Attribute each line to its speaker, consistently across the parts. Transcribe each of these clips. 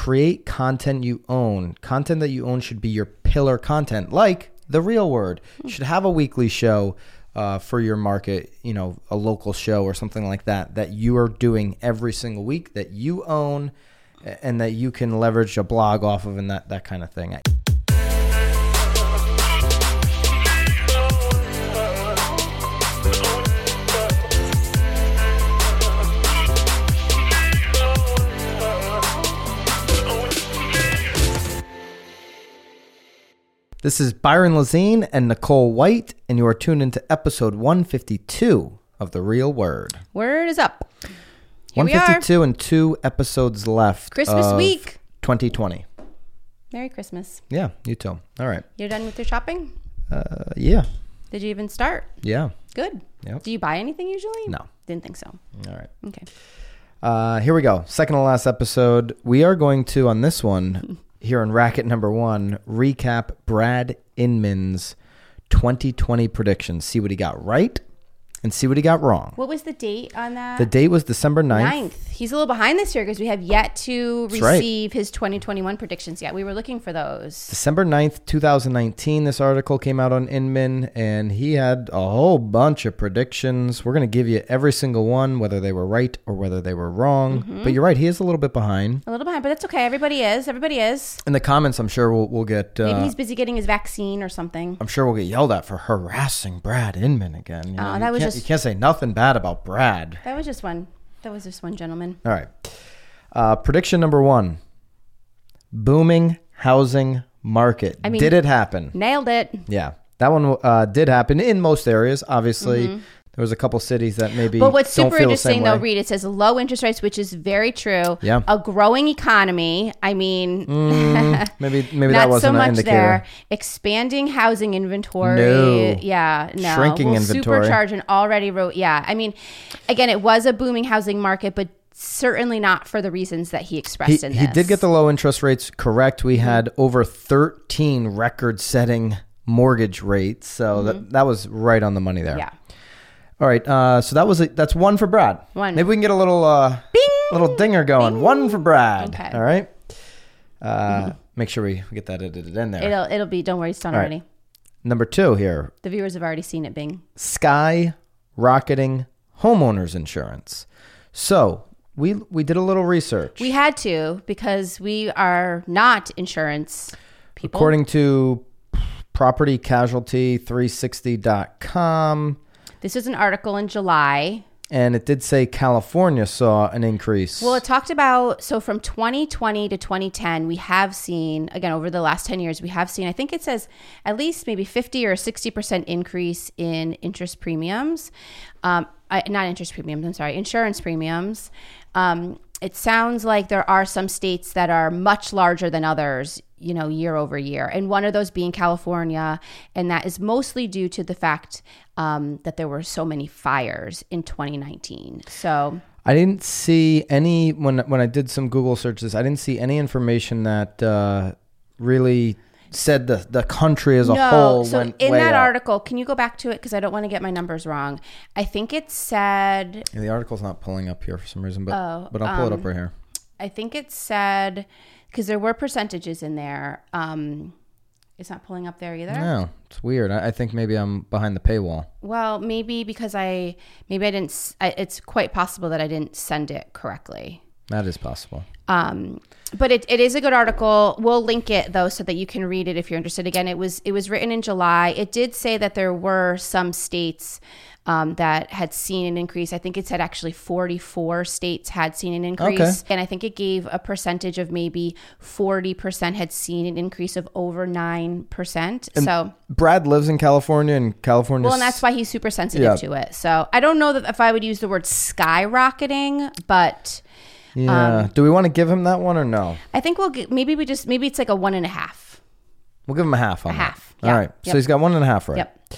Speaker 1: create content you own. Content that you own should be your pillar content, like the real word. You should have a weekly show uh, for your market, you know, a local show or something like that that you are doing every single week that you own a- and that you can leverage a blog off of and that, that kind of thing. This is Byron Lazine and Nicole White, and you are tuned into episode 152 of The Real Word.
Speaker 2: Word is up. Here we are.
Speaker 1: 152 and two episodes left.
Speaker 2: Christmas
Speaker 1: of
Speaker 2: week.
Speaker 1: 2020.
Speaker 2: Merry Christmas.
Speaker 1: Yeah, you too. All right.
Speaker 2: You're done with your shopping?
Speaker 1: Uh, yeah.
Speaker 2: Did you even start?
Speaker 1: Yeah.
Speaker 2: Good.
Speaker 1: Yep.
Speaker 2: Do you buy anything usually?
Speaker 1: No.
Speaker 2: Didn't think so.
Speaker 1: All right.
Speaker 2: Okay.
Speaker 1: Uh, here we go. Second to last episode. We are going to, on this one, here in racket number one, recap Brad Inman's 2020 predictions. See what he got right and see what he got wrong.
Speaker 2: What was the date on that?
Speaker 1: The date was December 9th.
Speaker 2: Ninth. He's a little behind this year because we have yet to
Speaker 1: right.
Speaker 2: receive his 2021 predictions yet. We were looking for those.
Speaker 1: December 9th, 2019, this article came out on Inman, and he had a whole bunch of predictions. We're going to give you every single one, whether they were right or whether they were wrong. But you're right, he is a little bit behind.
Speaker 2: A little behind, but that's okay. Everybody is. Everybody is.
Speaker 1: In the comments, I'm sure we'll, we'll get.
Speaker 2: Maybe
Speaker 1: Uh,
Speaker 2: he's busy getting his vaccine or something.
Speaker 1: I'm sure we'll get yelled at for harassing Brad Inman again. You
Speaker 2: Oh,
Speaker 1: you
Speaker 2: that was
Speaker 1: can't-
Speaker 2: just-
Speaker 1: You can't say nothing bad about Brad.
Speaker 2: That was just one. That was just one gentleman.
Speaker 1: All right. Uh, prediction number one booming housing market.
Speaker 2: mean-
Speaker 1: Did it happen?
Speaker 2: Nailed it.
Speaker 1: Yeah, that one uh, did happen in most areas. Obviously, there was a couple cities that maybe.
Speaker 2: Mm-hmm. But what's
Speaker 1: don't
Speaker 2: super
Speaker 1: feel the
Speaker 2: interesting
Speaker 1: same
Speaker 2: though,
Speaker 1: way.
Speaker 2: Reed, it says low interest rates, which is very true.
Speaker 1: Yeah. Mm,
Speaker 2: A growing economy. I mean,
Speaker 1: maybe maybe that
Speaker 2: not so
Speaker 1: wasn't an
Speaker 2: much
Speaker 1: indicator.
Speaker 2: there. Expanding housing inventory.
Speaker 1: No.
Speaker 2: Yeah, no.
Speaker 1: Shrinking
Speaker 2: We'll
Speaker 1: inventory.
Speaker 2: Supercharge and already wrote. Yeah, I mean, again, it was a booming housing market, but certainly not for the reasons that he
Speaker 1: He,
Speaker 2: expressed in this. Mm-hmm.
Speaker 1: he did get the low interest rates correct. We had over 13 record setting mortgage rates. So that, that was right on the money there.
Speaker 2: Mm-hmm. Yeah.
Speaker 1: All right. Uh, so that was a, that's one for Brad.
Speaker 2: One.
Speaker 1: Maybe we can get a little uh,
Speaker 2: Bing!
Speaker 1: little dinger going. One for Brad.
Speaker 2: Okay. Mm-hmm.
Speaker 1: All right. Uh, make sure we we get that edited in there.
Speaker 2: It'll it'll be. Don't worry, it's done
Speaker 1: right.
Speaker 2: already.
Speaker 1: Number two here.
Speaker 2: The viewers have already seen it. Bing.
Speaker 1: skyrocketing homeowners insurance. So we we did a little research.
Speaker 2: We had to because we are not insurance people.
Speaker 1: According to propertycasualty360.com,
Speaker 2: This is an article in July.
Speaker 1: and it did say California saw an increase.
Speaker 2: Well, it talked about so from 2020 to 2010, we have seen again over the last 10 years, we have seen I think it says at least maybe 50 or 60 percent increase in interest premiums, um, I, not interest premiums. I'm sorry, insurance premiums. Um, it sounds like there are some states that are much larger than others, you know, year over year, and one of those being California, and that is mostly due to the fact um, that there were so many fires in 2019. So.
Speaker 1: I didn't see any when when I did some Google searches. I didn't see any information that uh, really said the the country as a whole
Speaker 2: so
Speaker 1: went
Speaker 2: in
Speaker 1: way
Speaker 2: that
Speaker 1: up.
Speaker 2: article, can you go back to it because I don't want to get my numbers wrong. I think it said,
Speaker 1: Yeah, the article's not pulling up here for some reason, but
Speaker 2: Oh,
Speaker 1: but I'll pull
Speaker 2: um,
Speaker 1: it up right here.
Speaker 2: I think it said because there were percentages in there. Um, it's not pulling up there either.
Speaker 1: No, Oh, it's weird. I, I think maybe I'm behind the paywall.
Speaker 2: Well, maybe because I maybe I didn't. s I it's quite possible that I didn't send it correctly.
Speaker 1: That is possible.
Speaker 2: Um, but it, it is a good article. We'll link it though so that you can read it if you're interested. Again, it was it was written in July. It did say that there were some states um, that had seen an increase. I think it said actually 44 states had seen an increase,
Speaker 1: Okay.
Speaker 2: and I think it gave a percentage of maybe 40 percent had seen an increase of over nine percent. So
Speaker 1: Brad lives in California, and California.
Speaker 2: well, and that's why he's super sensitive
Speaker 1: Yeah.
Speaker 2: to it. So I don't know that if I would use the word skyrocketing, but
Speaker 1: yeah.
Speaker 2: um,
Speaker 1: Do we want to give him that one or no?
Speaker 2: I think we'll get, maybe we just maybe it's like a one and a half.
Speaker 1: We'll give him a half on that.
Speaker 2: half, yeah.
Speaker 1: All right. So
Speaker 2: Yep.
Speaker 1: he's got one and a half right.
Speaker 2: Yep.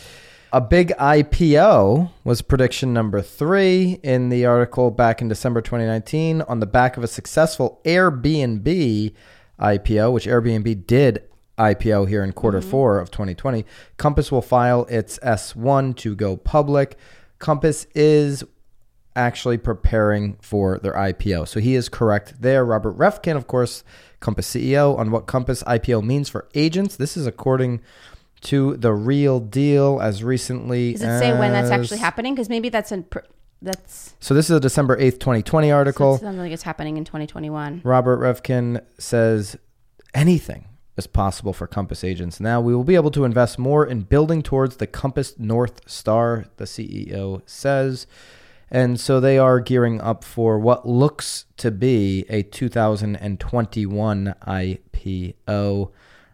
Speaker 1: A big IPO was prediction number three in the article back in December 2019 on the back of a successful Airbnb IPO, which Airbnb did IPO here in quarter
Speaker 2: Mm-hmm.
Speaker 1: four of 2020. Compass will file its S1 to go public. Compass is actually preparing for their IPO. So he is correct there. Robert Refkin, of course, Compass CEO, on what Compass IPO means for agents. This is according to the real deal as recently
Speaker 2: Does it say when that's
Speaker 1: as-
Speaker 2: actually happening? Because maybe that's in pr- that's
Speaker 1: So this is a December 8th, 2020 article.
Speaker 2: that's something like it's happening in 2021.
Speaker 1: Robert Revkin says anything is possible for Compass agents. Now we will be able to invest more in building towards the Compass North Star, the CEO says. And so they are gearing up for what looks to be a 2021 IPO.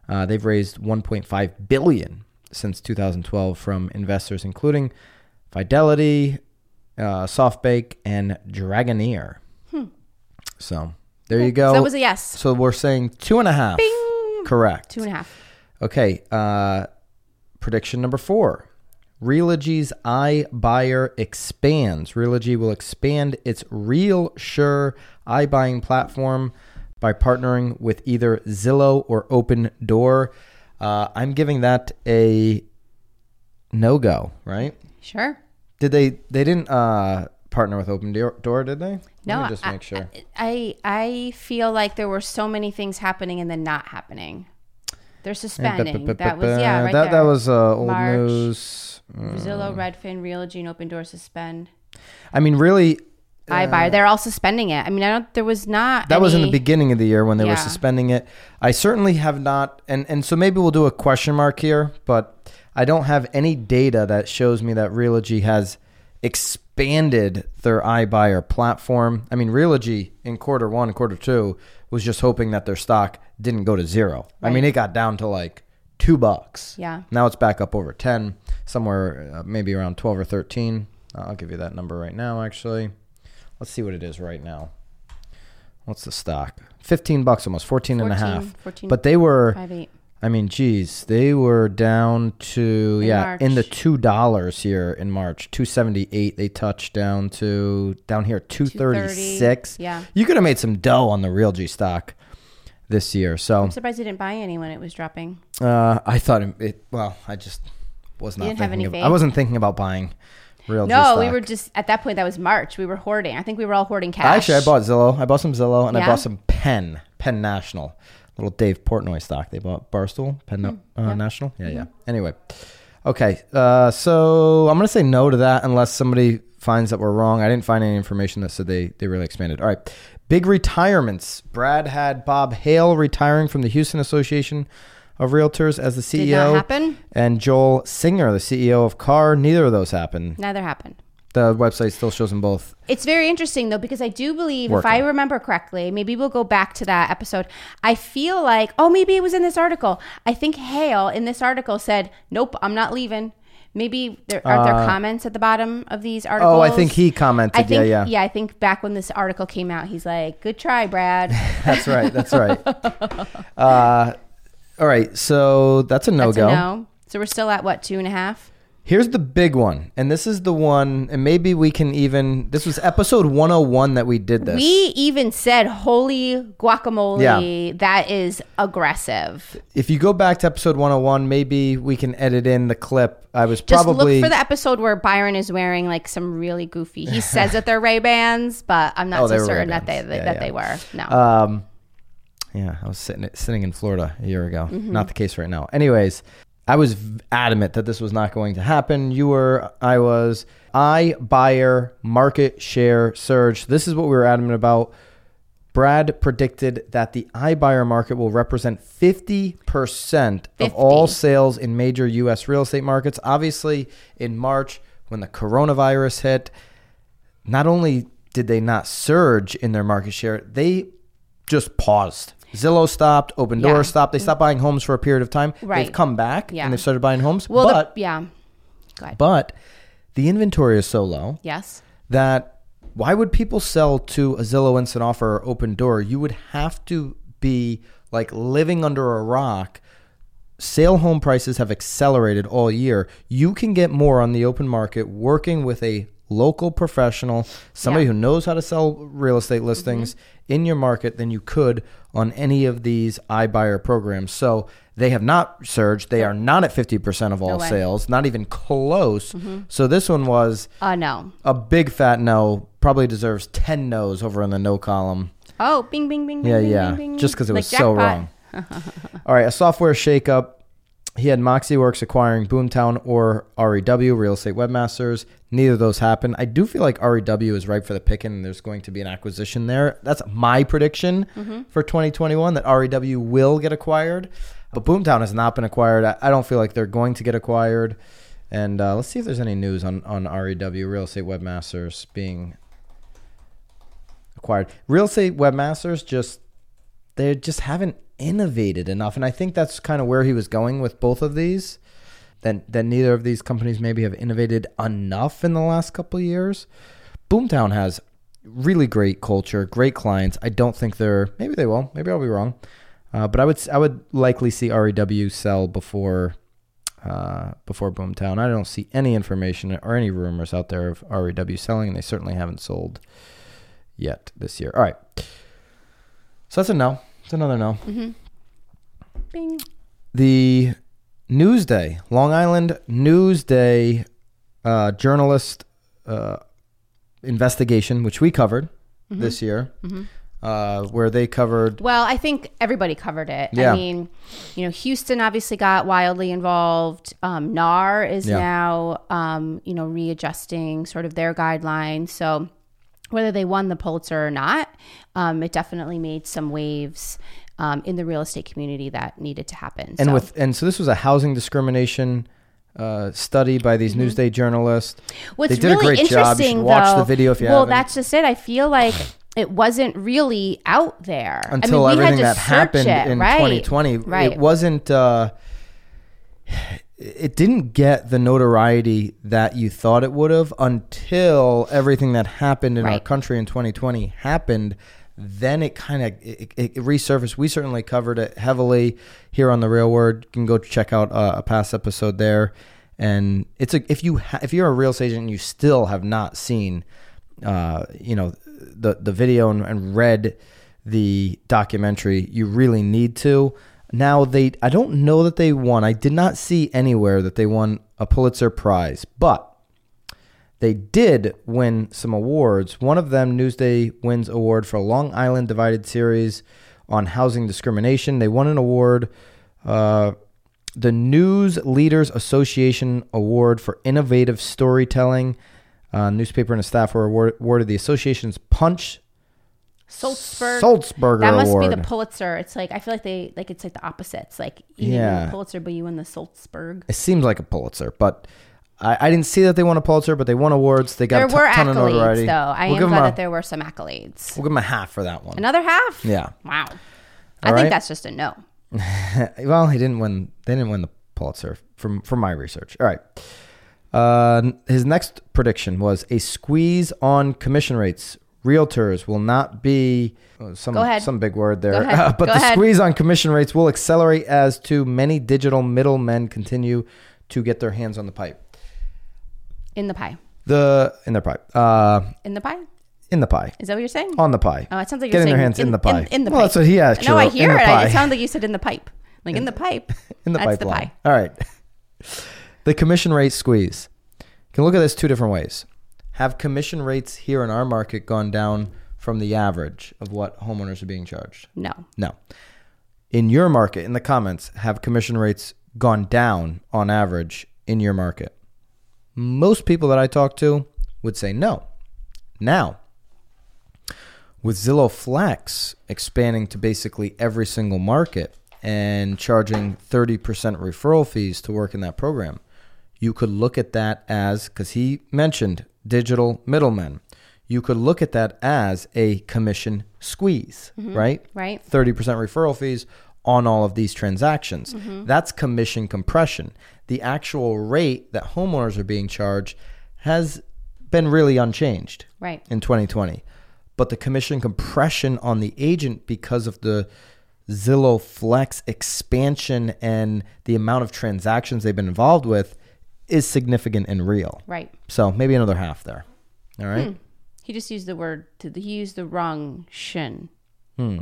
Speaker 1: Uh, they've raised 1.5 billion since 2012 from investors, including Fidelity, uh, SoftBank, and Dragoneer. So there you go.
Speaker 2: So that was a yes.
Speaker 1: So we're saying two and a half. Correct.
Speaker 2: Two and a half.
Speaker 1: Okay. Uh, prediction number four. Realogy's iBuyer expands. Realogy will expand its real sure iBuying platform by partnering with either Zillow or Open Door. Uh, I'm giving that a no go, right?
Speaker 2: Sure.
Speaker 1: Did they they didn't uh, partner with Open Door, Door, did they?
Speaker 2: No,
Speaker 1: Let me just
Speaker 2: I-
Speaker 1: make sure.
Speaker 2: I I feel like there were so many things happening and then not happening. They're suspending. That was yeah, right
Speaker 1: that,
Speaker 2: there.
Speaker 1: that was uh, old
Speaker 2: March.
Speaker 1: news. Mm.
Speaker 2: Zillow, Redfin, Realogy, and Open Door suspend.
Speaker 1: I mean, really,
Speaker 2: iBuyer. They're all suspending it. I mean, I don't. There was not.
Speaker 1: that was in the
Speaker 2: any-
Speaker 1: beginning of the year when they
Speaker 2: Yeah.
Speaker 1: were suspending it. I certainly have not, and and so maybe we'll do a question mark here, but I don't have any data that shows me that Realogy has expanded their iBuyer platform. I mean, Realogy in quarter one, quarter two was just hoping that their stock didn't go to zero. I mean, it got down to like two bucks.
Speaker 2: Yeah.
Speaker 1: Now it's back up over 10, somewhere uh, maybe around 12 or 13. Uh, I'll give you that number right now, actually. Let's see what it is right now. What's the stock? 15 bucks almost, 14 and a
Speaker 2: 14,
Speaker 1: half.
Speaker 2: 14,
Speaker 1: but they were,
Speaker 2: Five eight.
Speaker 1: I mean, geez, they were down to,
Speaker 2: In
Speaker 1: yeah,
Speaker 2: March.
Speaker 1: in the $2 here in March, 278. They touched down to, down here, 236.
Speaker 2: Yeah.
Speaker 1: You could have made some dough on the real G stock this year. So
Speaker 2: I'm surprised you didn't buy any when it was dropping.
Speaker 1: uh, I thought it, it. Well, I just was not
Speaker 2: didn't have
Speaker 1: thinking.
Speaker 2: any
Speaker 1: Of,
Speaker 2: faith?
Speaker 1: I wasn't thinking about buying real.
Speaker 2: No,
Speaker 1: G
Speaker 2: we
Speaker 1: stock.
Speaker 2: were just at that point. That was March. We were hoarding. I think we were all hoarding cash.
Speaker 1: Actually, I bought Zillow. I bought some Zillow, and I
Speaker 2: Yeah?
Speaker 1: bought some Penn Penn National. Little Dave Portnoy stock. They bought Barstool
Speaker 2: Hmm,
Speaker 1: Penn uh, National.
Speaker 2: Mm-hmm.
Speaker 1: Yeah, yeah. Anyway, okay. Uh, so I'm gonna say no to that unless somebody finds that we're wrong. I didn't find any information that said they they really expanded. All right. Big retirements. Brad had Bob Hale retiring from the Houston Association of Realtors as the CEO.
Speaker 2: Did not happen.
Speaker 1: and Joel Singer, the CEO of Carr. Neither of those happened.
Speaker 2: Neither happened.
Speaker 1: The website still shows them both.
Speaker 2: It's very interesting though because I do believe, if I
Speaker 1: Working.
Speaker 2: remember correctly, maybe we'll go back to that episode. I feel like, oh, maybe it was in this article. I think Hale in this article said, "Nope, I'm not leaving." Maybe there aren't there comments at the bottom of these articles.
Speaker 1: Uh, Oh, I think he commented.
Speaker 2: I think,
Speaker 1: yeah, yeah.
Speaker 2: I think back when this article came out, he's like, "Good try, Brad."
Speaker 1: That's right. That's right. uh, all right. So that's a no
Speaker 2: That's a
Speaker 1: go.
Speaker 2: no. So we're still at what two and a half?
Speaker 1: Here's the big one. And this is the one, and maybe we can even. This was episode 101 that we did this.
Speaker 2: We even said, "Holy guacamole!"
Speaker 1: Yeah.
Speaker 2: That is aggressive.
Speaker 1: if you go back to episode 101, maybe we can edit in the clip. I was
Speaker 2: Just
Speaker 1: probably.
Speaker 2: look for the episode where Byron is wearing like some really goofy. He says that they're Ray Bans, but I'm not
Speaker 1: Oh,
Speaker 2: so
Speaker 1: they were
Speaker 2: certain that they
Speaker 1: Ray-Bans.
Speaker 2: that,
Speaker 1: Yeah,
Speaker 2: that
Speaker 1: yeah.
Speaker 2: they were. No,
Speaker 1: Um, yeah, I was sitting sitting in Florida a year ago. Not the case right now. Anyways, I was v- adamant that this was not going to happen. You were, I was. I buyer market share surge. This is what we were adamant about. Brad predicted that the iBuyer market will represent 50% of
Speaker 2: 50.
Speaker 1: all sales in major US real estate markets. Obviously, in March, when the coronavirus hit, not only did they not surge in their market share, they just paused. Zillow stopped, Open Door
Speaker 2: Yeah.
Speaker 1: stopped. They stopped buying homes for a period of time. They've
Speaker 2: Right.
Speaker 1: come back
Speaker 2: Yeah.
Speaker 1: and they've started buying homes.
Speaker 2: well,
Speaker 1: but
Speaker 2: the, yeah, go ahead.
Speaker 1: but the inventory is so low
Speaker 2: yes,
Speaker 1: that why would people sell to a Zillow Instant Offer or Open Door? You would have to be like living under a rock. Sale home prices have accelerated all year. You can get more on the open market working with a local professional, somebody
Speaker 2: Yeah. Mm-hmm.
Speaker 1: who knows how to sell real estate listings in your market than you could on any of these iBuyer programs. So they have not surged. They are not at 50% of all
Speaker 2: way. Mm-hmm.
Speaker 1: sales, not even close. So this one was
Speaker 2: uh, no,
Speaker 1: a big fat no probably deserves 10 no's over in the no column
Speaker 2: Oh, bing, bing, bing, bing.
Speaker 1: Yeah,
Speaker 2: bing,
Speaker 1: yeah.
Speaker 2: Bing, bing.
Speaker 1: Just because it
Speaker 2: Like
Speaker 1: was so
Speaker 2: jackpot.
Speaker 1: wrong. All right, a software shakeup. He had MoxieWorks acquiring Boomtown or REW, Real Estate Webmasters. Neither of those happened. I do feel like REW is ripe for the picking, and there's going to be an acquisition there. That's my prediction
Speaker 2: Mm-hmm.
Speaker 1: for 2021 that REW will get acquired. But Boomtown has not been acquired. I, I don't feel like they're going to get acquired. And uh, let's see if there's any news on, on REW, Real Estate Webmasters, being acquired. Real estate webmasters just they just haven't innovated enough, and I think that's kind of where he was going with both of these. That that neither of these companies maybe have innovated enough in the last couple of years. Boomtown has really great culture, great clients. I don't think they're maybe they will, maybe I'll be wrong, uh, but I would s- I would likely see REW sell before. Uh, before Boomtown, I don't see any information or any rumors out there of REW selling, and they certainly haven't sold yet this year. All right. So that's a no. It's another no.
Speaker 2: Mm-hmm. Bing.
Speaker 1: The Newsday, Long Island Newsday uh, journalist uh, investigation, which we covered
Speaker 2: Mm-hmm.
Speaker 1: this year, uh, where they covered.
Speaker 2: Well, I think everybody covered it.
Speaker 1: Yeah.
Speaker 2: I mean, you know, Houston obviously got wildly involved. Um, NAR is
Speaker 1: Yeah.
Speaker 2: now, um, you know, readjusting sort of their guidelines. So whether they won the Pulitzer or not, um, it definitely made some waves um, in the real estate community that needed to happen.
Speaker 1: And
Speaker 2: so.
Speaker 1: with and so this was a housing discrimination uh, study by these Newsday journalists.
Speaker 2: Mm-hmm. What's
Speaker 1: they did
Speaker 2: really
Speaker 1: a great job. You
Speaker 2: interesting,
Speaker 1: should watch
Speaker 2: though,
Speaker 1: the video if you
Speaker 2: well,
Speaker 1: haven't.
Speaker 2: that's just it. I feel like it wasn't really out there
Speaker 1: until
Speaker 2: I mean, we
Speaker 1: everything
Speaker 2: had
Speaker 1: that
Speaker 2: to
Speaker 1: happened
Speaker 2: search it,
Speaker 1: in
Speaker 2: right,
Speaker 1: 2020
Speaker 2: Right.
Speaker 1: it wasn't uh, it didn't get the notoriety that you thought it would have until everything that happened in our
Speaker 2: Right.
Speaker 1: country in 2020 happened then it kind of it, it, it resurfaced we certainly covered it heavily here on the real word you can go check out uh, a past episode there and it's a if you ha- if you're a real estate agent and you still have not seen uh, you know the the video and, and read the documentary you really need to now they i don't know that they won i did not see anywhere that they won a pulitzer prize but they did win some awards. One of them, Newsday wins award for Long Island Divided Series on housing discrimination. They won an award, uh, the News Leaders Association Award for innovative storytelling. Uh, newspaper and a staff were award- awarded the association's Punch
Speaker 2: Salzburg.
Speaker 1: Salzburger
Speaker 2: that must
Speaker 1: Award.
Speaker 2: be the Pulitzer. It's like I feel like they like it's like the opposites. Like you didn't win
Speaker 1: Yeah.
Speaker 2: the Pulitzer, but you win the Salzburg.
Speaker 1: it seems like a Pulitzer, but. I, I didn't see that they won a Pulitzer, but they won awards. They
Speaker 2: There
Speaker 1: got
Speaker 2: were
Speaker 1: a t- ton of notoriety.
Speaker 2: accolades, though. I
Speaker 1: we'll
Speaker 2: am
Speaker 1: give 'em
Speaker 2: glad
Speaker 1: a,
Speaker 2: that there were some accolades.
Speaker 1: We'll give them a half for that one.
Speaker 2: Another half.
Speaker 1: yeah.
Speaker 2: Wow. I
Speaker 1: All
Speaker 2: think
Speaker 1: right.
Speaker 2: that's just a no.
Speaker 1: well, he didn't win. They didn't win the Pulitzer from from my research. All right. Uh, his next prediction was a squeeze on commission rates. Realtors will not be uh, some
Speaker 2: Go ahead.
Speaker 1: some big word there,
Speaker 2: Go ahead.
Speaker 1: but
Speaker 2: Go
Speaker 1: the
Speaker 2: ahead.
Speaker 1: squeeze on commission rates will accelerate as too many digital middlemen continue to get their hands on the pipe.
Speaker 2: In the pie.
Speaker 1: The in their pipe, uh,
Speaker 2: In the pie.
Speaker 1: in the pie,
Speaker 2: Is that what you're saying?
Speaker 1: on the pie.
Speaker 2: Oh, it sounds like you're
Speaker 1: getting
Speaker 2: saying
Speaker 1: their hands in, the pie.
Speaker 2: In, the
Speaker 1: well,
Speaker 2: pipe.
Speaker 1: that's what he actually
Speaker 2: No, I
Speaker 1: wrote, in
Speaker 2: hear
Speaker 1: the
Speaker 2: it. I-
Speaker 1: pie.
Speaker 2: It sounds like you said in the pipe. Like in, the pipe.
Speaker 1: in the
Speaker 2: That's
Speaker 1: pipeline.
Speaker 2: the pie.
Speaker 1: All right. The commission rate squeeze. You can look at this two different ways. Have commission rates here in our market gone down from the average of what homeowners are being charged?
Speaker 2: No.
Speaker 1: No. In your market, in the comments, have commission rates gone down on average in your market? Most people that I talk to would say no. Now, with Zillow Flex expanding to basically every single market and charging 30% referral fees to work in that program, you could look at that as, because he mentioned digital middlemen, you could look at that as a commission squeeze, right?
Speaker 2: Right.
Speaker 1: 30% referral fees on all of these transactions.
Speaker 2: Mm-hmm.
Speaker 1: That's commission compression. The actual rate that homeowners are being charged has been really unchanged
Speaker 2: Right.
Speaker 1: in 2020. But the commission compression on the agent because of the Zillow Flex expansion and the amount of transactions they've been involved with is significant and real.
Speaker 2: Right.
Speaker 1: So maybe another half there. All right.
Speaker 2: He just used the word to he used the wrong shin.
Speaker 1: Hmm.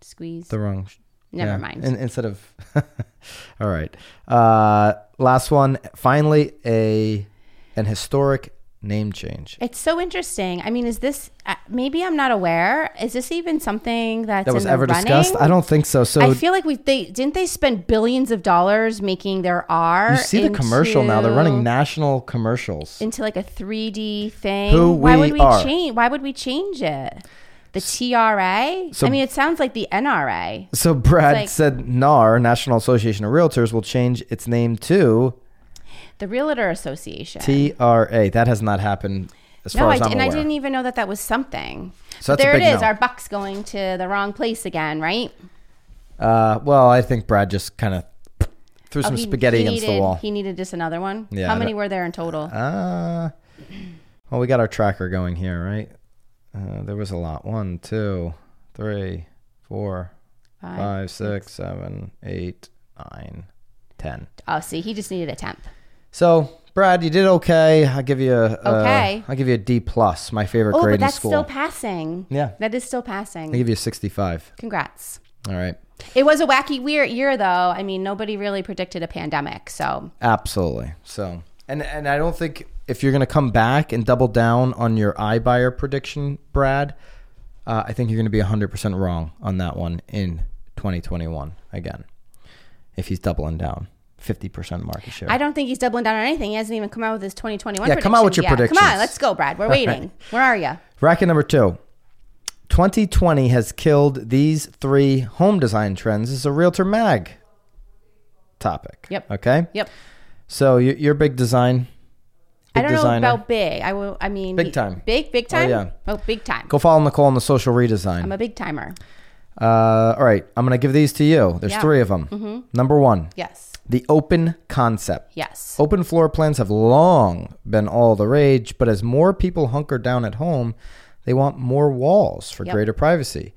Speaker 2: Squeeze.
Speaker 1: The wrong.
Speaker 2: Never
Speaker 1: yeah.
Speaker 2: mind.
Speaker 1: In, instead of. all right. Uh, last one. Finally, a an historic name change.
Speaker 2: It's so interesting. I mean, is this uh, maybe I'm not aware? Is this even something that's
Speaker 1: That was
Speaker 2: in the
Speaker 1: ever
Speaker 2: running?
Speaker 1: discussed? I don't think so. So
Speaker 2: I feel like we they didn't they spend billions of dollars making their R.
Speaker 1: you see the commercial now. They're
Speaker 2: into-
Speaker 1: running national commercials.
Speaker 2: into like a 3D thing.
Speaker 1: Who
Speaker 2: why
Speaker 1: we
Speaker 2: would we
Speaker 1: are.
Speaker 2: change? Why would we change it? The TRA.
Speaker 1: So-
Speaker 2: I mean, it sounds like the NRA.
Speaker 1: So Brad
Speaker 2: like-
Speaker 1: said NAR, National Association of Realtors, will change its name to
Speaker 2: the Realtor Association.
Speaker 1: TRA. That has not happened as
Speaker 2: no,
Speaker 1: far
Speaker 2: I,
Speaker 1: as
Speaker 2: di-
Speaker 1: I'm
Speaker 2: and
Speaker 1: aware.
Speaker 2: I didn't even know that that was something.
Speaker 1: So
Speaker 2: But
Speaker 1: that's a
Speaker 2: there
Speaker 1: big
Speaker 2: it is.
Speaker 1: no.
Speaker 2: Our buck's going to the wrong place again, right?
Speaker 1: uh, well, I think Brad just kind of threw some
Speaker 2: Oh, he-
Speaker 1: spaghetti
Speaker 2: he
Speaker 1: against the
Speaker 2: needed-
Speaker 1: wall.
Speaker 2: He needed just another one.
Speaker 1: Yeah,
Speaker 2: How
Speaker 1: I
Speaker 2: many
Speaker 1: don't-
Speaker 2: were there in total?
Speaker 1: Uh, well, we got our tracker going here, right? Uh, there was a lot. One, two, three, four,
Speaker 2: Five.
Speaker 1: five, six, seven, eight, nine, ten.
Speaker 2: Oh, see, he just needed a tenth.
Speaker 1: So, Brad, you did okay. I'll give you a uh,
Speaker 2: Okay.
Speaker 1: I'll give you a D plus, my favorite
Speaker 2: Oh,
Speaker 1: grade
Speaker 2: but that's
Speaker 1: in school.
Speaker 2: still passing.
Speaker 1: Yeah.
Speaker 2: That is still
Speaker 1: I'll
Speaker 2: passing.
Speaker 1: give you a sixty-five.
Speaker 2: Congrats.
Speaker 1: All right.
Speaker 2: It was a wacky, weird year, though. I mean, nobody really predicted a pandemic. So
Speaker 1: Absolutely. So, and and I don't think if you're going to come back and double down on your iBuyer prediction, Brad, uh, I think you're going to be 100% wrong on that one in 2021 again. If he's doubling down, 50% market share.
Speaker 2: I don't think he's doubling down on anything. He hasn't even come out with his 2021.
Speaker 1: Yeah, come out with your
Speaker 2: predictions yet. Come on,
Speaker 1: predictions.
Speaker 2: let's go, Brad. We're waiting. Where are you?
Speaker 1: Racket number two. 2020 has killed these three home design trends. This is a Realtor Mag topic.
Speaker 2: Yep.
Speaker 1: Okay.
Speaker 2: Yep.
Speaker 1: So your, your big design.
Speaker 2: I
Speaker 1: big
Speaker 2: don't
Speaker 1: designer.
Speaker 2: know about big. I will. I mean,
Speaker 1: Big time.
Speaker 2: Big, big time.
Speaker 1: yeah.
Speaker 2: Oh, big time.
Speaker 1: Go follow Nicole on the social redesign.
Speaker 2: I'm a big timer.
Speaker 1: Uh, all right, I'm gonna give these to you. There's
Speaker 2: Yeah. Mm-hmm.
Speaker 1: three of them. Number one,
Speaker 2: Yes.
Speaker 1: the open concept.
Speaker 2: Yes.
Speaker 1: Open floor plans have long been all the rage, but as more people hunker down at home, they want more walls for
Speaker 2: Yep.
Speaker 1: greater privacy.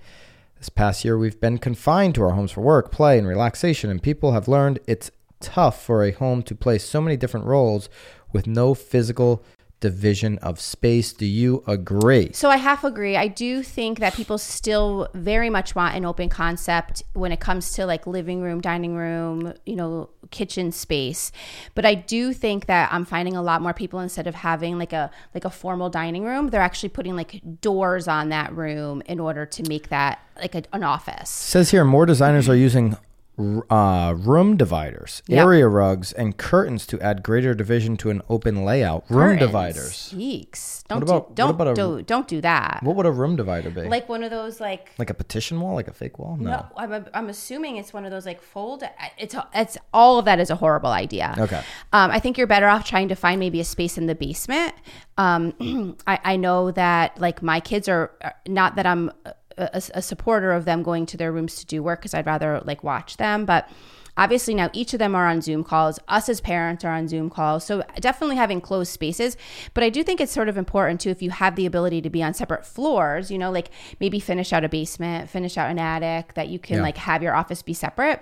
Speaker 1: This past year, we've been confined to our homes for work, play, and relaxation, and people have learned it's tough for a home to play so many different roles with no physical division of space. Do you agree?
Speaker 2: So I half agree. I do think that people still very much want an open concept when it comes to like living room, dining room, you know, kitchen space. But I do think that I'm finding a lot more people instead of having like a like a formal dining room, they're actually putting like doors on that room in order to make that like a, an office.
Speaker 1: says here more designers are using r- uh, room dividers,
Speaker 2: Yep.
Speaker 1: area rugs, and curtains to add greater division to an open layout. Room
Speaker 2: Curtains.
Speaker 1: dividers.
Speaker 2: Yeeks. Don't
Speaker 1: about-
Speaker 2: do,
Speaker 1: what
Speaker 2: don't
Speaker 1: about a-
Speaker 2: do, don't do that.
Speaker 1: What would a room divider be? Like,
Speaker 2: Like one of those like
Speaker 1: a petition wall, like a fake wall? No.
Speaker 2: No, I'm, I'm assuming it's one of those like fold. It's it's all of that is a horrible idea.
Speaker 1: Okay.
Speaker 2: Um, I think you're better off trying to find maybe a space in the basement. Um, I, I know that like my kids are are- not that I'm a, a- a supporter of them going to their rooms to do work because I'd rather like watch them, but. Obviously, now each of them are on Zoom calls. Us as parents are on Zoom calls. So, definitely having closed spaces. But I do think it's sort of important too if you have the ability to be on separate floors, you know, like maybe finish out a basement, finish out an attic, that you can
Speaker 1: Yeah.
Speaker 2: like have your office be separate.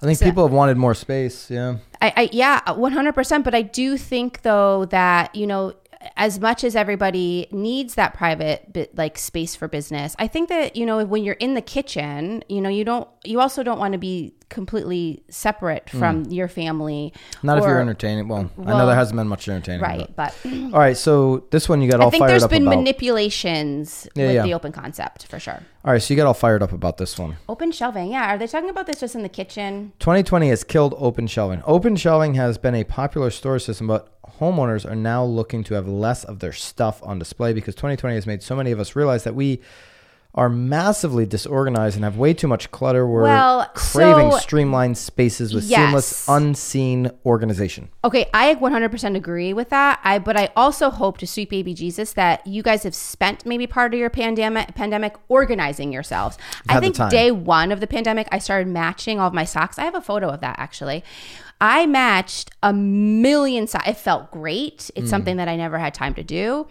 Speaker 1: I think people have wanted more space. Yeah.
Speaker 2: I, I yeah, one hundred percent. But I do think though that you know, as much as everybody needs that private bit, like space for business, I think that you know when you're in the kitchen, you know you don't you also don't want to be completely separate from your family.
Speaker 1: Mm. Not if
Speaker 2: or-
Speaker 1: you're entertaining. Well, I know
Speaker 2: well,
Speaker 1: there hasn't been much entertaining.
Speaker 2: right? But
Speaker 1: but- All right, so this one you got all
Speaker 2: I think
Speaker 1: fired
Speaker 2: there's
Speaker 1: up
Speaker 2: been
Speaker 1: about.
Speaker 2: manipulations
Speaker 1: Yeah,
Speaker 2: with
Speaker 1: yeah.
Speaker 2: the open concept for sure.
Speaker 1: all right, so you got all fired up about this one.
Speaker 2: Open shelving, yeah. Are they talking about this just in the kitchen?
Speaker 1: 2020 has killed open shelving. Open shelving has been a popular store system, but homeowners are now looking to have less of their stuff on display because 2020 has made so many of us realize that we are massively disorganized and have way too much clutter. We're
Speaker 2: Well,
Speaker 1: craving
Speaker 2: so-
Speaker 1: streamlined spaces with
Speaker 2: Yes.
Speaker 1: seamless, unseen organization.
Speaker 2: Okay, I 100% agree with that. I but I also hope to sweet baby Jesus that you guys have spent maybe part of your pandemic pandemic organizing yourselves. I
Speaker 1: had the
Speaker 2: think
Speaker 1: time.
Speaker 2: day 1 of the pandemic I started matching all of my socks. I have a photo of that actually. I matched a million socks. It felt great. It's something that I never had time to do.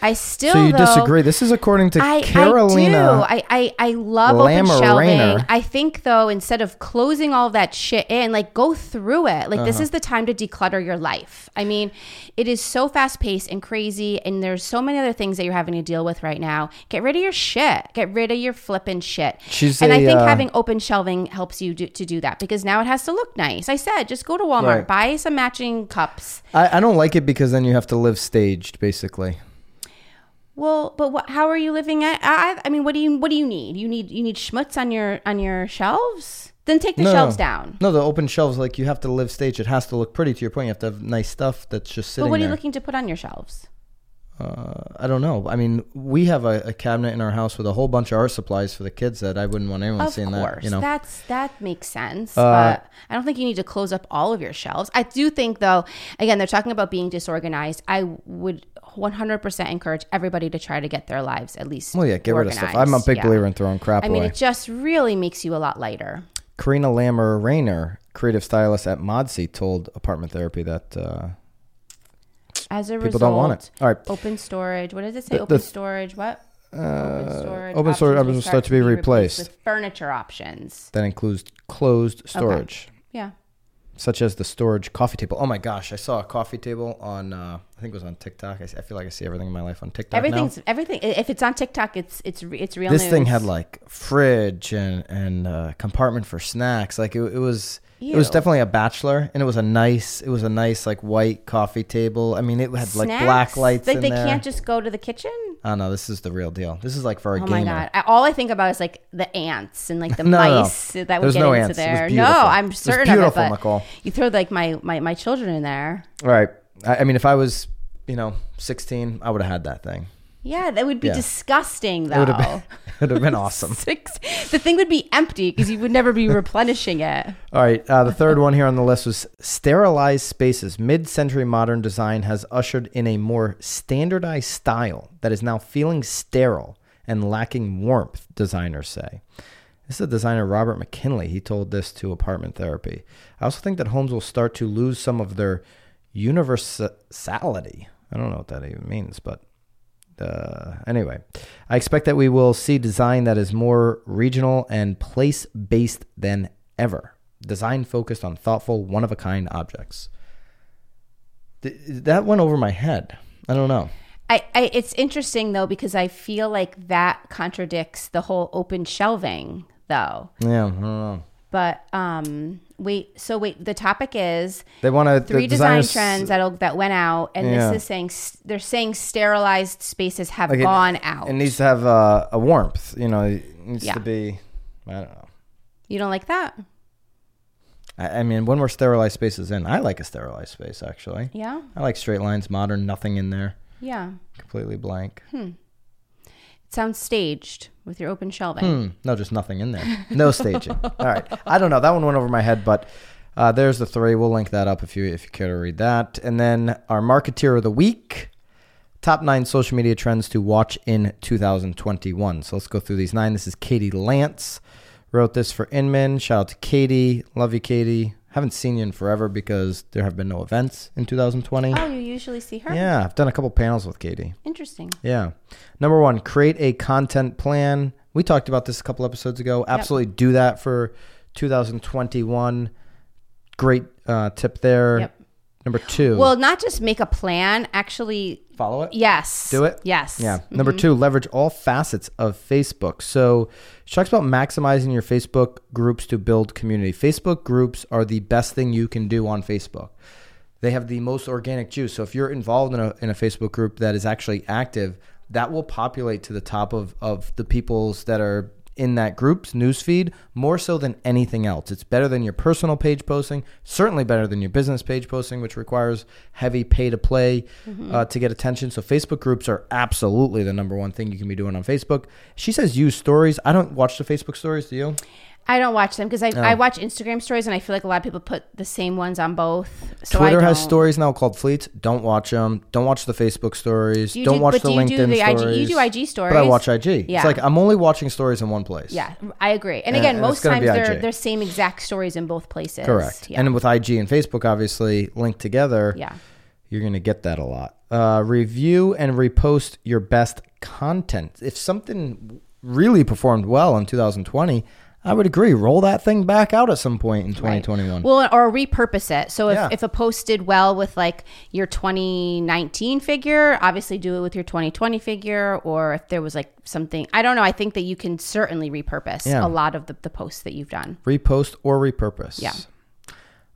Speaker 2: I
Speaker 1: Mm.
Speaker 2: still
Speaker 1: so you
Speaker 2: though,
Speaker 1: disagree. This is according to
Speaker 2: I,
Speaker 1: Carolina.
Speaker 2: I do. I, I, I love open
Speaker 1: Lamerainer.
Speaker 2: shelving. I think though, instead of closing all that shit in, like go through it. Like
Speaker 1: Uh-huh.
Speaker 2: this is the time to declutter your life. I mean, it is so fast paced and crazy, and there's so many other things that you're having to deal with right now. Get rid of your shit. Get rid of your flippin' shit.
Speaker 1: She's
Speaker 2: and I
Speaker 1: a,
Speaker 2: think
Speaker 1: uh,
Speaker 2: having open shelving helps you do, to do that because now it has to look nice. I said, just go to Walmart,
Speaker 1: Right.
Speaker 2: buy some matching cups.
Speaker 1: I, I don't like it because then you have to live staged, basically.
Speaker 2: Well, but what, how are you living? At, I, I mean, what do you what do you need? You need you need schmutz on your on your shelves. Then take the shelves down.
Speaker 1: No, the open shelves, like you have to live staged. It has to look pretty. To your point, you have to have nice stuff that's just sitting
Speaker 2: But what are
Speaker 1: there.
Speaker 2: you looking to put on your shelves?
Speaker 1: Uh, I don't know. I mean, we have a, a cabinet in our house with a whole bunch of art supplies for the kids that I wouldn't want anyone
Speaker 2: Of
Speaker 1: seeing
Speaker 2: course,
Speaker 1: that. You know, Uh,
Speaker 2: that's that makes sense. but I don't think you need to close up all of your shelves. I do think, though, again, they're talking about being disorganized. I would 100% encourage everybody to try to get their lives at least.
Speaker 1: well, yeah, get rid of stuff.
Speaker 2: organized.
Speaker 1: I'm a big
Speaker 2: Yeah.
Speaker 1: believer in throwing crap
Speaker 2: I mean,
Speaker 1: away.
Speaker 2: it just really makes you a lot lighter.
Speaker 1: Karina Lammer Rayner, creative stylist at Modsy, told Apartment Therapy that uh,
Speaker 2: As a
Speaker 1: people
Speaker 2: result,
Speaker 1: don't want it. All right,
Speaker 2: Open storage. What does it say?
Speaker 1: The-
Speaker 2: open
Speaker 1: the-
Speaker 2: storage. What? open storage.
Speaker 1: open storage
Speaker 2: options will
Speaker 1: options start to be replaced.
Speaker 2: with furniture options.
Speaker 1: that includes closed storage.
Speaker 2: Yeah.
Speaker 1: such as the storage coffee table. Oh my gosh, I saw a coffee table on uh, I think it was on TikTok. I, s- I feel like I see everything in my life on TikTok. now.
Speaker 2: Everything's everything. i- If it's on TikTok, it's it's re- it's real.
Speaker 1: this
Speaker 2: news.
Speaker 1: thing had like fridge and and uh, compartment for snacks. Like it, it was it was
Speaker 2: Ew.
Speaker 1: definitely a bachelor, and it was a nice it was a nice like white coffee table. I mean, it had like
Speaker 2: Snacks?
Speaker 1: black lights
Speaker 2: Like
Speaker 1: in
Speaker 2: they
Speaker 1: there.
Speaker 2: can't just go to the kitchen.
Speaker 1: oh no, this is the real deal. This is like for a
Speaker 2: Oh
Speaker 1: gamer.
Speaker 2: my god! I, all I think about is like the ants and like the
Speaker 1: No, no, no.
Speaker 2: mice that
Speaker 1: There
Speaker 2: would
Speaker 1: was
Speaker 2: get
Speaker 1: no
Speaker 2: into
Speaker 1: ants. It was
Speaker 2: there. no,
Speaker 1: beautiful. It
Speaker 2: I'm
Speaker 1: was
Speaker 2: certain of it.
Speaker 1: beautiful,
Speaker 2: But
Speaker 1: Nicole.
Speaker 2: you throw like my, my my children in there.
Speaker 1: All right, I, I mean, if I was you know sixteen, I would have had that thing.
Speaker 2: Yeah, that would be
Speaker 1: Yeah.
Speaker 2: disgusting
Speaker 1: It
Speaker 2: though.
Speaker 1: would have been it would have been awesome.
Speaker 2: Six. The thing would be empty because you would never be replenishing it.
Speaker 1: All right. Uh, the third one here on the list was sterilized spaces. Mid century modern design has ushered in a more standardized style that is now feeling sterile and lacking warmth, designers say. This is designer Robert McKinley. He told this to Apartment Therapy. I also think that homes will start to lose some of their universality. I don't know what that even means, but uh, anyway, I expect that we will see design that is more regional and place based than ever. Design focused on thoughtful, one of a kind objects. Th- that went over my head. I don't know.
Speaker 2: I, I it's interesting though because I feel like that contradicts the whole open shelving though.
Speaker 1: Yeah, I don't know.
Speaker 2: But um wait, so wait, the topic is
Speaker 1: They want to
Speaker 2: three design trends that that went out and
Speaker 1: Yeah.
Speaker 2: this is saying s- they're saying sterilized spaces have
Speaker 1: Like it-
Speaker 2: gone out.
Speaker 1: It needs to have uh, a warmth. You know, it needs
Speaker 2: Yeah.
Speaker 1: to be. I don't know.
Speaker 2: you don't like that?
Speaker 1: I, I mean, when we're sterilized spaces in, I like a sterilized space actually.
Speaker 2: Yeah.
Speaker 1: I like straight lines, modern, nothing in there,
Speaker 2: Yeah.
Speaker 1: completely blank.
Speaker 2: It sounds staged with your open shelving.
Speaker 1: Hmm. No, just nothing in there. No staging. All right. I don't know. That one went over my head, but uh, there's the three. We'll link that up if you if you care to read that. And then our marketeer of the week, top nine social media trends to watch in 2021. So let's go through these nine. This is Katie Lance wrote this for Inman. Shout out to Katie. Love you, Katie. Haven't seen you in forever because there have been no events in 2020.
Speaker 2: Oh, you usually see her?
Speaker 1: Hmm. Yeah, I've done a couple panels with Katie.
Speaker 2: Interesting.
Speaker 1: Yeah. Number one, create a content plan. We talked about this a couple episodes ago. Absolutely do that for 2021. Great uh, tip there.
Speaker 2: Yep.
Speaker 1: Number two,
Speaker 2: Well, not just make a plan, actually
Speaker 1: follow it.
Speaker 2: yes.
Speaker 1: Do it?
Speaker 2: Yes.
Speaker 1: Yeah. Number two, leverage all facets of Facebook. So she talks about maximizing your Facebook groups to build community. Facebook groups are the best thing you can do on Facebook. They have the most organic juice. So if you're involved in a, in a Facebook group that is actually active, that will populate to the top of, of the people's that are in that group's newsfeed more so than anything else. It's better than your personal page posting, certainly better than your business page posting, which requires heavy pay to play
Speaker 2: Mm-hmm.
Speaker 1: uh, to get attention. So, Facebook groups are absolutely the number one thing you can be doing on Facebook. She says use stories. I don't watch the Facebook stories, do you?
Speaker 2: I don't watch them because I,
Speaker 1: Oh.
Speaker 2: I watch Instagram stories and I feel like a lot of people put the same ones on both. So I
Speaker 1: Twitter has
Speaker 2: don't.
Speaker 1: stories now called Fleets. Don't watch them. Don't watch the Facebook stories.
Speaker 2: Do you
Speaker 1: not
Speaker 2: do-
Speaker 1: watch
Speaker 2: but
Speaker 1: the
Speaker 2: do you do
Speaker 1: LinkedIn
Speaker 2: the IG
Speaker 1: stories.
Speaker 2: you do IG stories?
Speaker 1: But I watch IG.
Speaker 2: Yeah.
Speaker 1: It's like I'm only watching stories in one place.
Speaker 2: Yeah, I agree. And
Speaker 1: Yeah,
Speaker 2: again,
Speaker 1: and it's
Speaker 2: most
Speaker 1: gonna
Speaker 2: times
Speaker 1: be
Speaker 2: they're
Speaker 1: IG.
Speaker 2: they're same exact stories in both places.
Speaker 1: Correct.
Speaker 2: Yeah.
Speaker 1: And with IG and Facebook, obviously linked together,
Speaker 2: yeah.
Speaker 1: you're going to get that a lot. uh, review and repost your best content. If something really performed well in 2020, I would agree. Roll that thing back out at some point in 2021.
Speaker 2: Well, or repurpose it. So if,
Speaker 1: Yeah.
Speaker 2: if a post did well with like your 2019 figure, obviously do it with your 2020 figure. Or if there was like something, I don't know. I think that you can certainly repurpose
Speaker 1: Yeah.
Speaker 2: a lot of the, the posts that you've done.
Speaker 1: repost or repurpose.
Speaker 2: Yeah.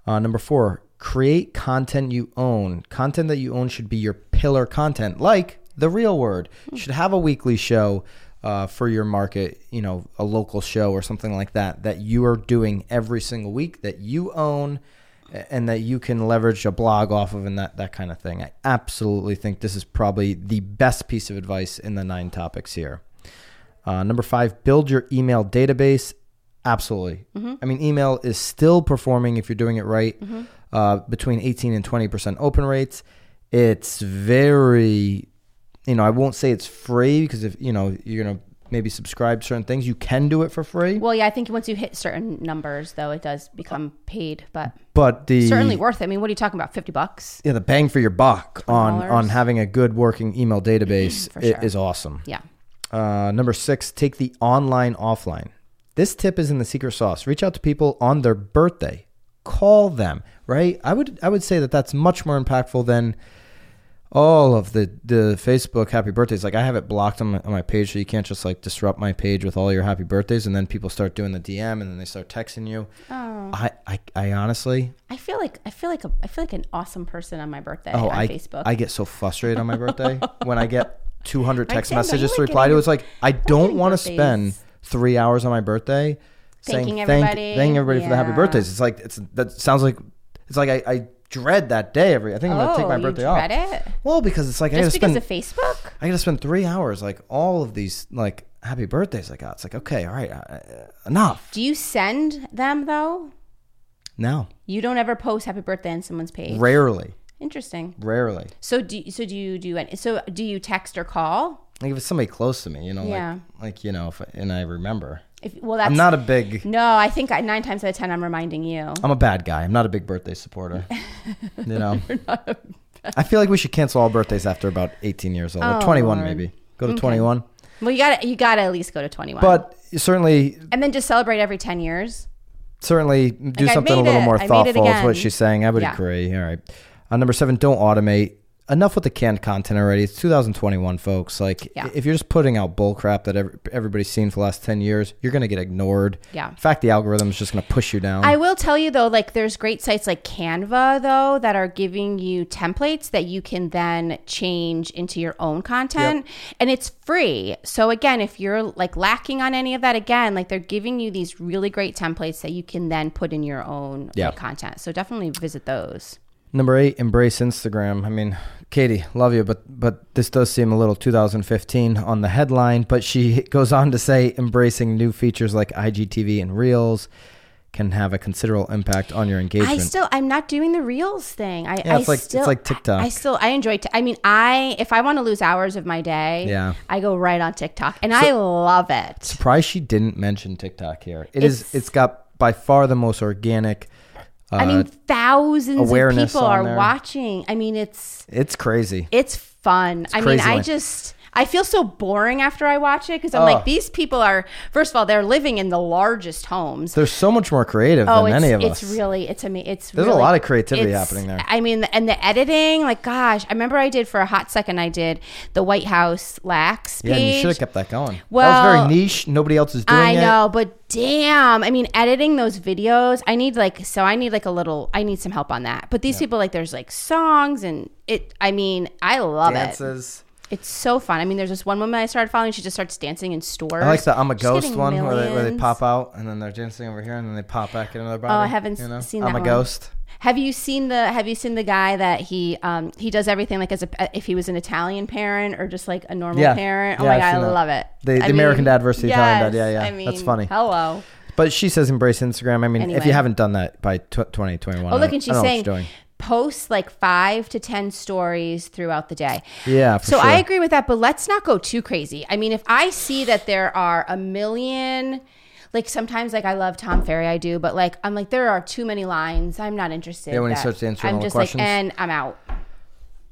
Speaker 1: Uh, number four, create content you own. Content that you own should be your pillar content, like the real word. You should have a weekly show uh, for your market, you know, a local show or something like that, that you are doing every single week that you own a- and that you can leverage a blog off of and that, that kind of thing. I absolutely think this is probably the best piece of advice in the nine topics here. Uh, number five, build your email database. Absolutely.
Speaker 2: Mm-hmm.
Speaker 1: I mean, email is still performing if you're doing it right. Uh, between 18 and 20% open rates. It's very, you know, I won't say it's free because if, you know, you're going to maybe subscribe to certain things, you can do it for free.
Speaker 2: Well, yeah, I think once you hit certain numbers, though, it does become paid, but
Speaker 1: but the
Speaker 2: certainly worth it. I mean, what are you talking about? 50 bucks?
Speaker 1: yeah, the bang for your buck on,
Speaker 2: $20.
Speaker 1: on having a good working email database i-
Speaker 2: sure.
Speaker 1: is awesome.
Speaker 2: Yeah.
Speaker 1: Uh, number six, take the online offline. This tip is in the secret sauce. Reach out to people on their birthday. Call them, right? I would I would say that that's much more impactful than all of the the Facebook happy birthdays. Like I have it blocked on my, on my page, so you can't just like disrupt my page with all your happy birthdays, and then people start doing the DM, and then they start texting you.
Speaker 2: Oh.
Speaker 1: I, I I honestly,
Speaker 2: I feel like I feel like a, I feel like an awesome person on my birthday
Speaker 1: oh
Speaker 2: on
Speaker 1: I
Speaker 2: Facebook.
Speaker 1: I get so frustrated on my birthday when I get 200 text
Speaker 2: Sam, are you,
Speaker 1: messages to
Speaker 2: like,
Speaker 1: reply to.
Speaker 2: getting-
Speaker 1: It's like I don't
Speaker 2: getting
Speaker 1: want to
Speaker 2: birthdays?
Speaker 1: spend three hours on my birthday
Speaker 2: Thanking
Speaker 1: saying
Speaker 2: everybody.
Speaker 1: thank thanking everybody for the happy
Speaker 2: Yeah.
Speaker 1: birthdays. It's like it's that sounds like it's like I, I dread that day every. I think I'm gonna take
Speaker 2: Oh,
Speaker 1: my
Speaker 2: you
Speaker 1: birthday
Speaker 2: dread
Speaker 1: off.
Speaker 2: it?
Speaker 1: Well, because it's like I gotta
Speaker 2: Just because
Speaker 1: spend
Speaker 2: of Facebook?
Speaker 1: I gotta spend three hours like all of these like happy birthdays I got. It's like okay, all right, uh, uh, enough
Speaker 2: Do you send them though?
Speaker 1: now.
Speaker 2: You don't ever post happy birthday on someone's page.
Speaker 1: Rarely,
Speaker 2: Interesting.
Speaker 1: rarely.
Speaker 2: So do so do you do any, so do you text or call?
Speaker 1: Like if it's somebody close to me, you know,
Speaker 2: Yeah.
Speaker 1: like like you know, if and I remember.
Speaker 2: If well that's
Speaker 1: I'm not a big.
Speaker 2: No, I think I, 9 times out of 10 I'm reminding you.
Speaker 1: I'm a bad guy. I'm not a big birthday supporter. you know, I feel like we should cancel all birthdays after about 18 years old, or 21
Speaker 2: Oh, Lord.
Speaker 1: maybe. Go to 21,
Speaker 2: Well, you got to you got to at least go to 21.
Speaker 1: but certainly,
Speaker 2: and then just celebrate every 10 years.
Speaker 1: certainly do
Speaker 2: Like, I
Speaker 1: something a
Speaker 2: made
Speaker 1: little
Speaker 2: it.
Speaker 1: more
Speaker 2: I made it
Speaker 1: thoughtful. Is
Speaker 2: again.
Speaker 1: what she's saying. I would
Speaker 2: Yeah.
Speaker 1: agree. All right. Uh, number seven, don't automate. Enough with the canned content already. It's 2021, folks. Like,
Speaker 2: Yeah.
Speaker 1: if you're just putting out bull crap that every, everybody's seen for the last 10 years, you're going to get ignored.
Speaker 2: Yeah.
Speaker 1: In fact, the algorithm is just going to push you down.
Speaker 2: I will tell you though, like there's great sites like Canva though that are giving you templates that you can then change into your own content, and it's free. So again, if you're like lacking on any of that, again, like they're giving you these really great templates that you can then put in your own like,
Speaker 1: Yeah.
Speaker 2: content. So definitely visit those.
Speaker 1: Number eight, embrace Instagram. I mean, Katie, love you, but but this does seem a little 2015 on the headline. But she goes on to say, embracing new features like IGTV and Reels can have a considerable impact on your engagement.
Speaker 2: I still, I'm not doing the reels thing. I,
Speaker 1: Yeah, it's
Speaker 2: I
Speaker 1: like- it's
Speaker 2: still,
Speaker 1: like TikTok.
Speaker 2: I, I still, I enjoy. T- I mean, I if I want to lose hours of my day,
Speaker 1: Yeah.
Speaker 2: I go right on TikTok, and I love it.
Speaker 1: Surprised she didn't mention TikTok here. It is- It's got by far the most organic. Uh,
Speaker 2: I mean, thousands of
Speaker 1: awareness
Speaker 2: people
Speaker 1: on
Speaker 2: are
Speaker 1: there.
Speaker 2: watching. I mean, it's
Speaker 1: it's crazy.
Speaker 2: it's fun. I mean,
Speaker 1: crazy
Speaker 2: I
Speaker 1: like-
Speaker 2: just I feel so boring after I watch it because I'm like, these people are first of all, they're living in the largest homes.
Speaker 1: There's so much more creative
Speaker 2: Oh,
Speaker 1: than
Speaker 2: it's,
Speaker 1: any of
Speaker 2: it's
Speaker 1: us.
Speaker 2: really it's amazing. It's
Speaker 1: There's a
Speaker 2: really-
Speaker 1: lot of creativity
Speaker 2: it's-
Speaker 1: happening there.
Speaker 2: I mean, and the editing, like, gosh, I remember I did for a hot second. I did the White House lax page.
Speaker 1: yeah, and you should have kept that going. that
Speaker 2: Well,
Speaker 1: was very niche. Nobody else is doing
Speaker 2: I
Speaker 1: it.
Speaker 2: know, but damn. I mean, editing those videos, I need like so I need like a little I need some help on that. But these people like there's like songs and it I mean, I love it.
Speaker 1: Dances.
Speaker 2: It's so fun. I mean, there's this one woman I started following, she just starts dancing in stores.
Speaker 1: I like the I'm a
Speaker 2: She's
Speaker 1: ghost
Speaker 2: getting
Speaker 1: one where they, where they
Speaker 2: millions. Oh,
Speaker 1: pop out and then they're dancing over here and then they pop back in another body.
Speaker 2: haven't seen
Speaker 1: I'm
Speaker 2: that
Speaker 1: a
Speaker 2: one.
Speaker 1: ghost.
Speaker 2: Have you seen the Have you seen the guy that he um he does everything like as a uh, if he was an Italian parent or just like a normal
Speaker 1: Yeah.
Speaker 2: parent? Oh
Speaker 1: Yeah,
Speaker 2: my
Speaker 1: I've
Speaker 2: god, I
Speaker 1: seen that.
Speaker 2: love it.
Speaker 1: The-
Speaker 2: I
Speaker 1: the American Dad versus the Italian Dad. Yeah, yeah. That's funny.
Speaker 2: Hello.
Speaker 1: But she says embrace Instagram. I mean, if
Speaker 2: Anyway.
Speaker 1: you haven't done that by tw 2021,
Speaker 2: Oh, look, and she's saying
Speaker 1: doing.
Speaker 2: post like five to 10 stories throughout the day.
Speaker 1: Yeah, for
Speaker 2: So I
Speaker 1: sure.
Speaker 2: agree with that, but let's not go too crazy. I mean, if I see that there are a million. Like sometimes, like I love Tom Ferry, I do, but like I'm like there are too many lines. I'm not interested.
Speaker 1: Yeah, when he
Speaker 2: that-
Speaker 1: starts answering
Speaker 2: I'm
Speaker 1: all the
Speaker 2: just
Speaker 1: questions.
Speaker 2: like, and I'm out.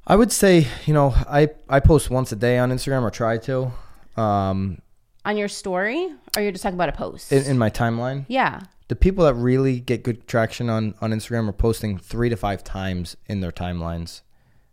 Speaker 1: I would say, you know, I, I post once a day on Instagram or try to um,
Speaker 2: On your story, or you're just talking about a post?
Speaker 1: in, in my timeline.
Speaker 2: yeah.
Speaker 1: The people that really get good traction on, on Instagram are posting three to five times in their timelines.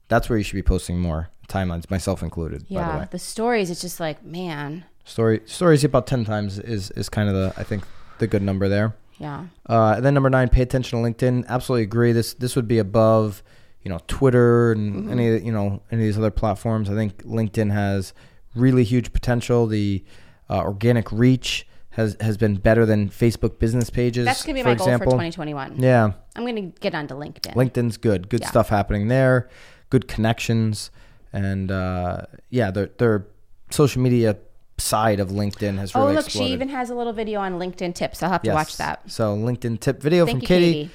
Speaker 1: That's where you should be posting more timelines, myself included, by the
Speaker 2: Yeah.
Speaker 1: way.
Speaker 2: The, stories, it's just like, man.
Speaker 1: Story stories about ten times is is kind of the I think the good number there.
Speaker 2: Yeah.
Speaker 1: Uh, and then number nine, pay attention to LinkedIn. Absolutely agree. This this would be above, you know, Twitter and
Speaker 2: Mm-hmm.
Speaker 1: any you know any of these other platforms. I think LinkedIn has really huge potential. The uh, organic reach has has been better than Facebook business pages.
Speaker 2: That's going to be
Speaker 1: for
Speaker 2: my goal for
Speaker 1: example.
Speaker 2: 2021.
Speaker 1: Yeah,
Speaker 2: I'm going to get onto LinkedIn.
Speaker 1: LinkedIn's good. Good
Speaker 2: Yeah.
Speaker 1: stuff happening there. Good connections, and uh, yeah, their their social media side of LinkedIn has
Speaker 2: oh,
Speaker 1: really
Speaker 2: look,
Speaker 1: exploded.
Speaker 2: she even has a little video on LinkedIn tips. I'll have to
Speaker 1: Yes.
Speaker 2: watch that.
Speaker 1: So LinkedIn tip video
Speaker 2: Thank
Speaker 1: from
Speaker 2: you,
Speaker 1: Katie.
Speaker 2: Katie.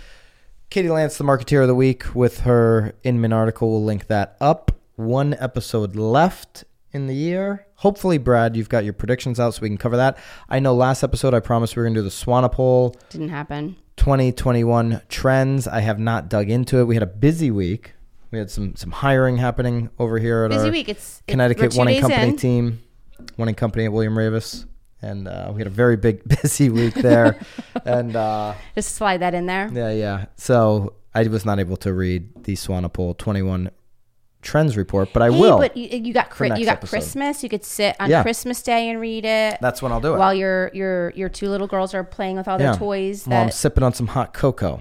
Speaker 1: Katie Lance, the marketeer of the week, with her Inman article. We'll link that up. One episode left in the year. Hopefully, Brad, you've got your predictions out so we can cover that. I know last episode I promised we were going to do the Swanepoel
Speaker 2: Didn't happen.
Speaker 1: 2021 trends. I have not dug into it. We had a busy week. We had some some hiring happening over here at
Speaker 2: Busy
Speaker 1: our
Speaker 2: week. It's
Speaker 1: Connecticut
Speaker 2: it's,
Speaker 1: One
Speaker 2: we're two
Speaker 1: and
Speaker 2: days
Speaker 1: Company
Speaker 2: in.
Speaker 1: team, One and Company at William Ravis, and uh, we had a very big busy week there. and uh,
Speaker 2: Just slide that in there.
Speaker 1: yeah, yeah. So I was not able to read the Swanepoel 21 trends report, but I
Speaker 2: Hey,
Speaker 1: will.
Speaker 2: But you, you got Chri-
Speaker 1: next
Speaker 2: you got
Speaker 1: episode.
Speaker 2: Christmas. You could sit on
Speaker 1: Yeah.
Speaker 2: Christmas Day and read it
Speaker 1: That's when I'll do it.
Speaker 2: while your your your two little girls are playing with all their
Speaker 1: Yeah.
Speaker 2: toys.
Speaker 1: While I'm
Speaker 2: That
Speaker 1: sipping on some hot cocoa.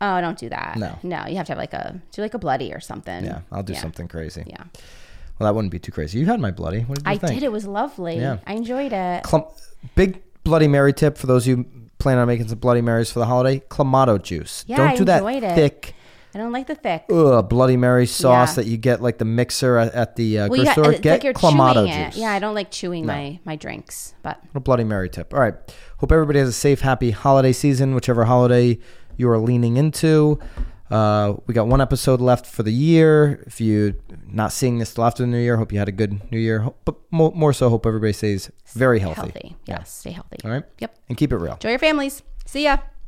Speaker 2: oh, don't do that.
Speaker 1: No.
Speaker 2: no, you have to have like a do like a bloody or something.
Speaker 1: Yeah, I'll do something crazy.
Speaker 2: Mm. Yeah,
Speaker 1: Well, that wouldn't be too crazy. You had my bloody. What did you
Speaker 2: I
Speaker 1: think?
Speaker 2: did. It was lovely.
Speaker 1: Yeah.
Speaker 2: I enjoyed it.
Speaker 1: Clam- big Bloody Mary tip for those of you planning on making some Bloody Marys for the holiday: clamato juice.
Speaker 2: Yeah,
Speaker 1: Don't
Speaker 2: I
Speaker 1: do that
Speaker 2: enjoyed it.
Speaker 1: thick.
Speaker 2: I don't like the thick.
Speaker 1: Ugh, Bloody Mary sauce
Speaker 2: Yeah.
Speaker 1: that you get like the mixer at, at the uh, grocery
Speaker 2: Well, yeah,
Speaker 1: store.
Speaker 2: it's
Speaker 1: Get
Speaker 2: like you're
Speaker 1: clamato
Speaker 2: chewing it.
Speaker 1: juice.
Speaker 2: Yeah, I don't like chewing my my drinks, but
Speaker 1: What a Bloody Mary tip. All right. Hope everybody has a safe, happy holiday season, whichever holiday you are leaning into. Uh, we got one episode left for the year. If you're not seeing this till after the new year, hope you had a good new year. Ho- But mo- more so, hope everybody stays very healthy.
Speaker 2: healthy. Yes, stay healthy.
Speaker 1: All right.
Speaker 2: Yep.
Speaker 1: And keep it real.
Speaker 2: Enjoy your families. See ya.